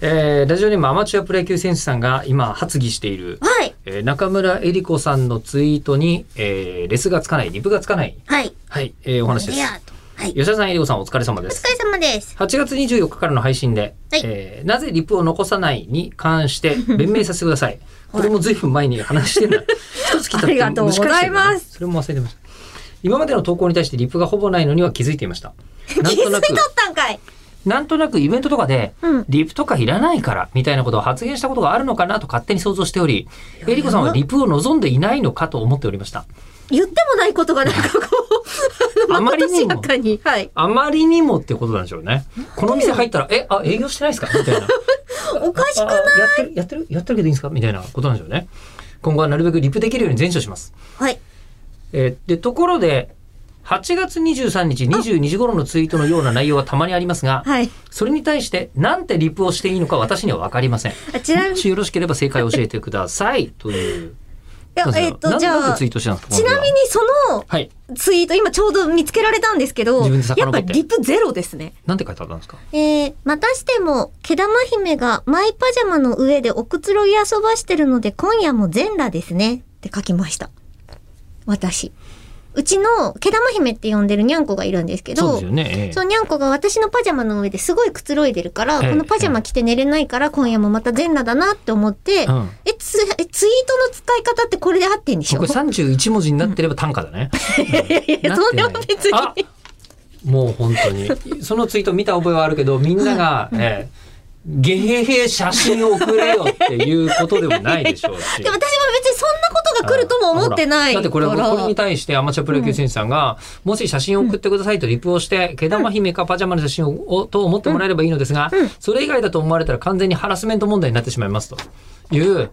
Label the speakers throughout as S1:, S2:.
S1: えーラジオネームアマチュアプロ野球選手さんが今発議している、
S2: はい。
S1: えー中村江里子さんのツイートに、えーレスがつかないリプがつかない
S2: はい。
S1: はい、えーお話で
S2: レア
S1: す
S2: と。はい。
S1: 吉田さん江里子さんお疲れ様で
S2: お
S1: す
S2: 疲れ様です。
S1: 8月24日からの配信で、
S2: はい
S1: えーなぜリプを残さないに関 して弁明させてください。これもずいぶん前に話してんだ。一月経って
S2: ありがとうございます
S1: もしかしてだねそれも忘れてました。今までの投稿に対してリプがほぼないのには気づいていました。なん
S2: 気づ
S1: と
S2: いと
S1: な
S2: っ
S1: く、
S2: たんかい。
S1: なんとなくイベントとかで、
S2: うん。
S1: リプとかいらないからみたいなことを発言したことがあるのかなと勝手に想像しており、えりこさんはリプを望んでいないのかと思っておりました。
S2: 言ってもないことがなんかこ う、
S1: あ
S2: あの、
S1: まり
S2: 誠
S1: に
S2: し
S1: も
S2: やかに。はい。
S1: あまりにもってことなんでしょうね。この店入ったら、え、あ、営業してないですかみた いな。
S2: おかしくない。
S1: あやってるやってるやってるけどいいんですかみたいなことなんでしょうね今後はなるべくリプできるように全処します、
S2: はい。
S1: えーでところで8月23日22時頃のツイートのような内容はたまにありますが
S2: はい。
S1: それに対してなんてリプをしていいのか私には分かりません
S2: あちなみ
S1: も
S2: に、い
S1: しよろしければ正解を教えてくださいという
S2: や
S1: なん、で
S2: えっ、
S1: すか
S2: と、じ
S1: なんと
S2: ゃ
S1: な
S2: あ、
S1: くツイー
S2: ち
S1: トしてたんですかこ
S2: なみ
S1: の時は
S2: にその
S1: はい
S2: ツイート、今ちょうど見つけられたんですけど、
S1: 自分で
S2: やっ
S1: 遡
S2: ぱ
S1: って
S2: リプゼロですね。
S1: なんて書いてあったんですか
S2: えー、またしても、毛玉姫がマイパジャマの上でおくつろぎ遊ばしてるので、今夜も全裸ですね。って書きました。私。うちの、毛玉姫って呼んでるにゃんこがいるんですけ
S1: そう
S2: ど、
S1: ですよね、ええ
S2: そう、にゃんこが私のパジャマの上ですごいくつろいでるから、
S1: ええ
S2: このパジャマ着て寝れないから、今夜もまた全裸だなって思って、
S1: うん
S2: えツ、えツイートの使い方ってこれで合ってんでし
S1: こ
S2: ょ
S1: れ31文字 になってれば単価だね、
S2: いや いや、
S1: なっ
S2: そ
S1: てな
S2: れ
S1: い
S2: は別に。
S1: あもう本当にそのツイート見た覚えはあるけどみんなが、えーゲヘヘ写真を送れよっていうことでもないでしょうし。
S2: で私も別にそんなことが来るとも思ってない
S1: だ
S2: か
S1: っ
S2: ら。
S1: てこれこれに対してアマチュアプロ野球選手さんが、もし写真を送ってくださいとリプをして、毛玉姫かパジャマの写真ををと思ってもらえればいいのですが、それ以外だと思われたら完全にハラスメント問題になってしまいますという。
S2: いや、で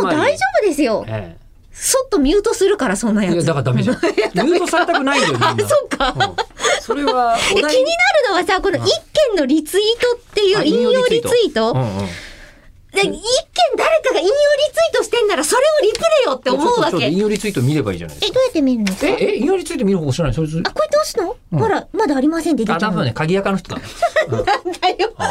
S2: も
S1: つまり
S2: 大丈夫ですよ。
S1: え
S2: そっとミュートするから、そんな
S1: え
S2: や
S1: いや
S2: つ。
S1: だからダメじゃん。ルートされたくないよみんな。
S2: あ、 そっか。
S1: うんそれはお
S2: え気
S1: 題
S2: になるのはさ、この一件のリツイートってい
S1: あ
S2: う引用リツイート。
S1: うんうん
S2: で一件誰かが引用リツイートしてんなら、それをリプレイよって思うわ
S1: ちょっとちょっと
S2: け。え、
S1: 引
S2: ど
S1: 用リツイート見ればいいじゃないですか
S2: うやって見るんですかあ、こ
S1: え、え、よりついて見る方法知らない。それそれ
S2: れどうすんの、
S1: うん
S2: ほら、まだありませんって出
S1: あ、
S2: ち
S1: 多
S2: ゃうの。
S1: 分ね、鍵垢の人だね。うん
S2: なんだよ。見られたくない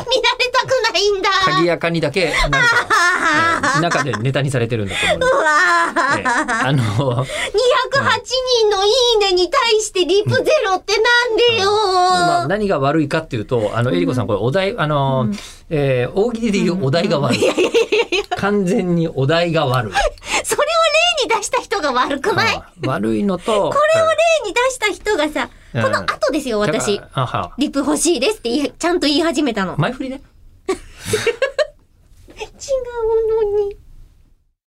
S2: んだ。
S1: 鍵垢にだけ、 なんか、
S2: あ
S1: えー中でネタにされてるんだと思う
S2: ー。わ
S1: ええ
S2: ー
S1: あ の、
S2: 208人のいいねに対してリプゼロってなんでよ
S1: まあ、何が悪いかっていうと、あの、えりこさん、これお題、あの、えー大喜利で言うお題が悪い。 完全にお題が 悪い。
S2: それを例に出した人が悪くない
S1: うん悪いのと、こ
S2: これを例に出した人がさ、こ
S1: うん
S2: の後ですよ、私。
S1: あは。
S2: リプ欲しいですって言いちゃんと言い始めたの。違う
S1: 前振りね。
S2: のに。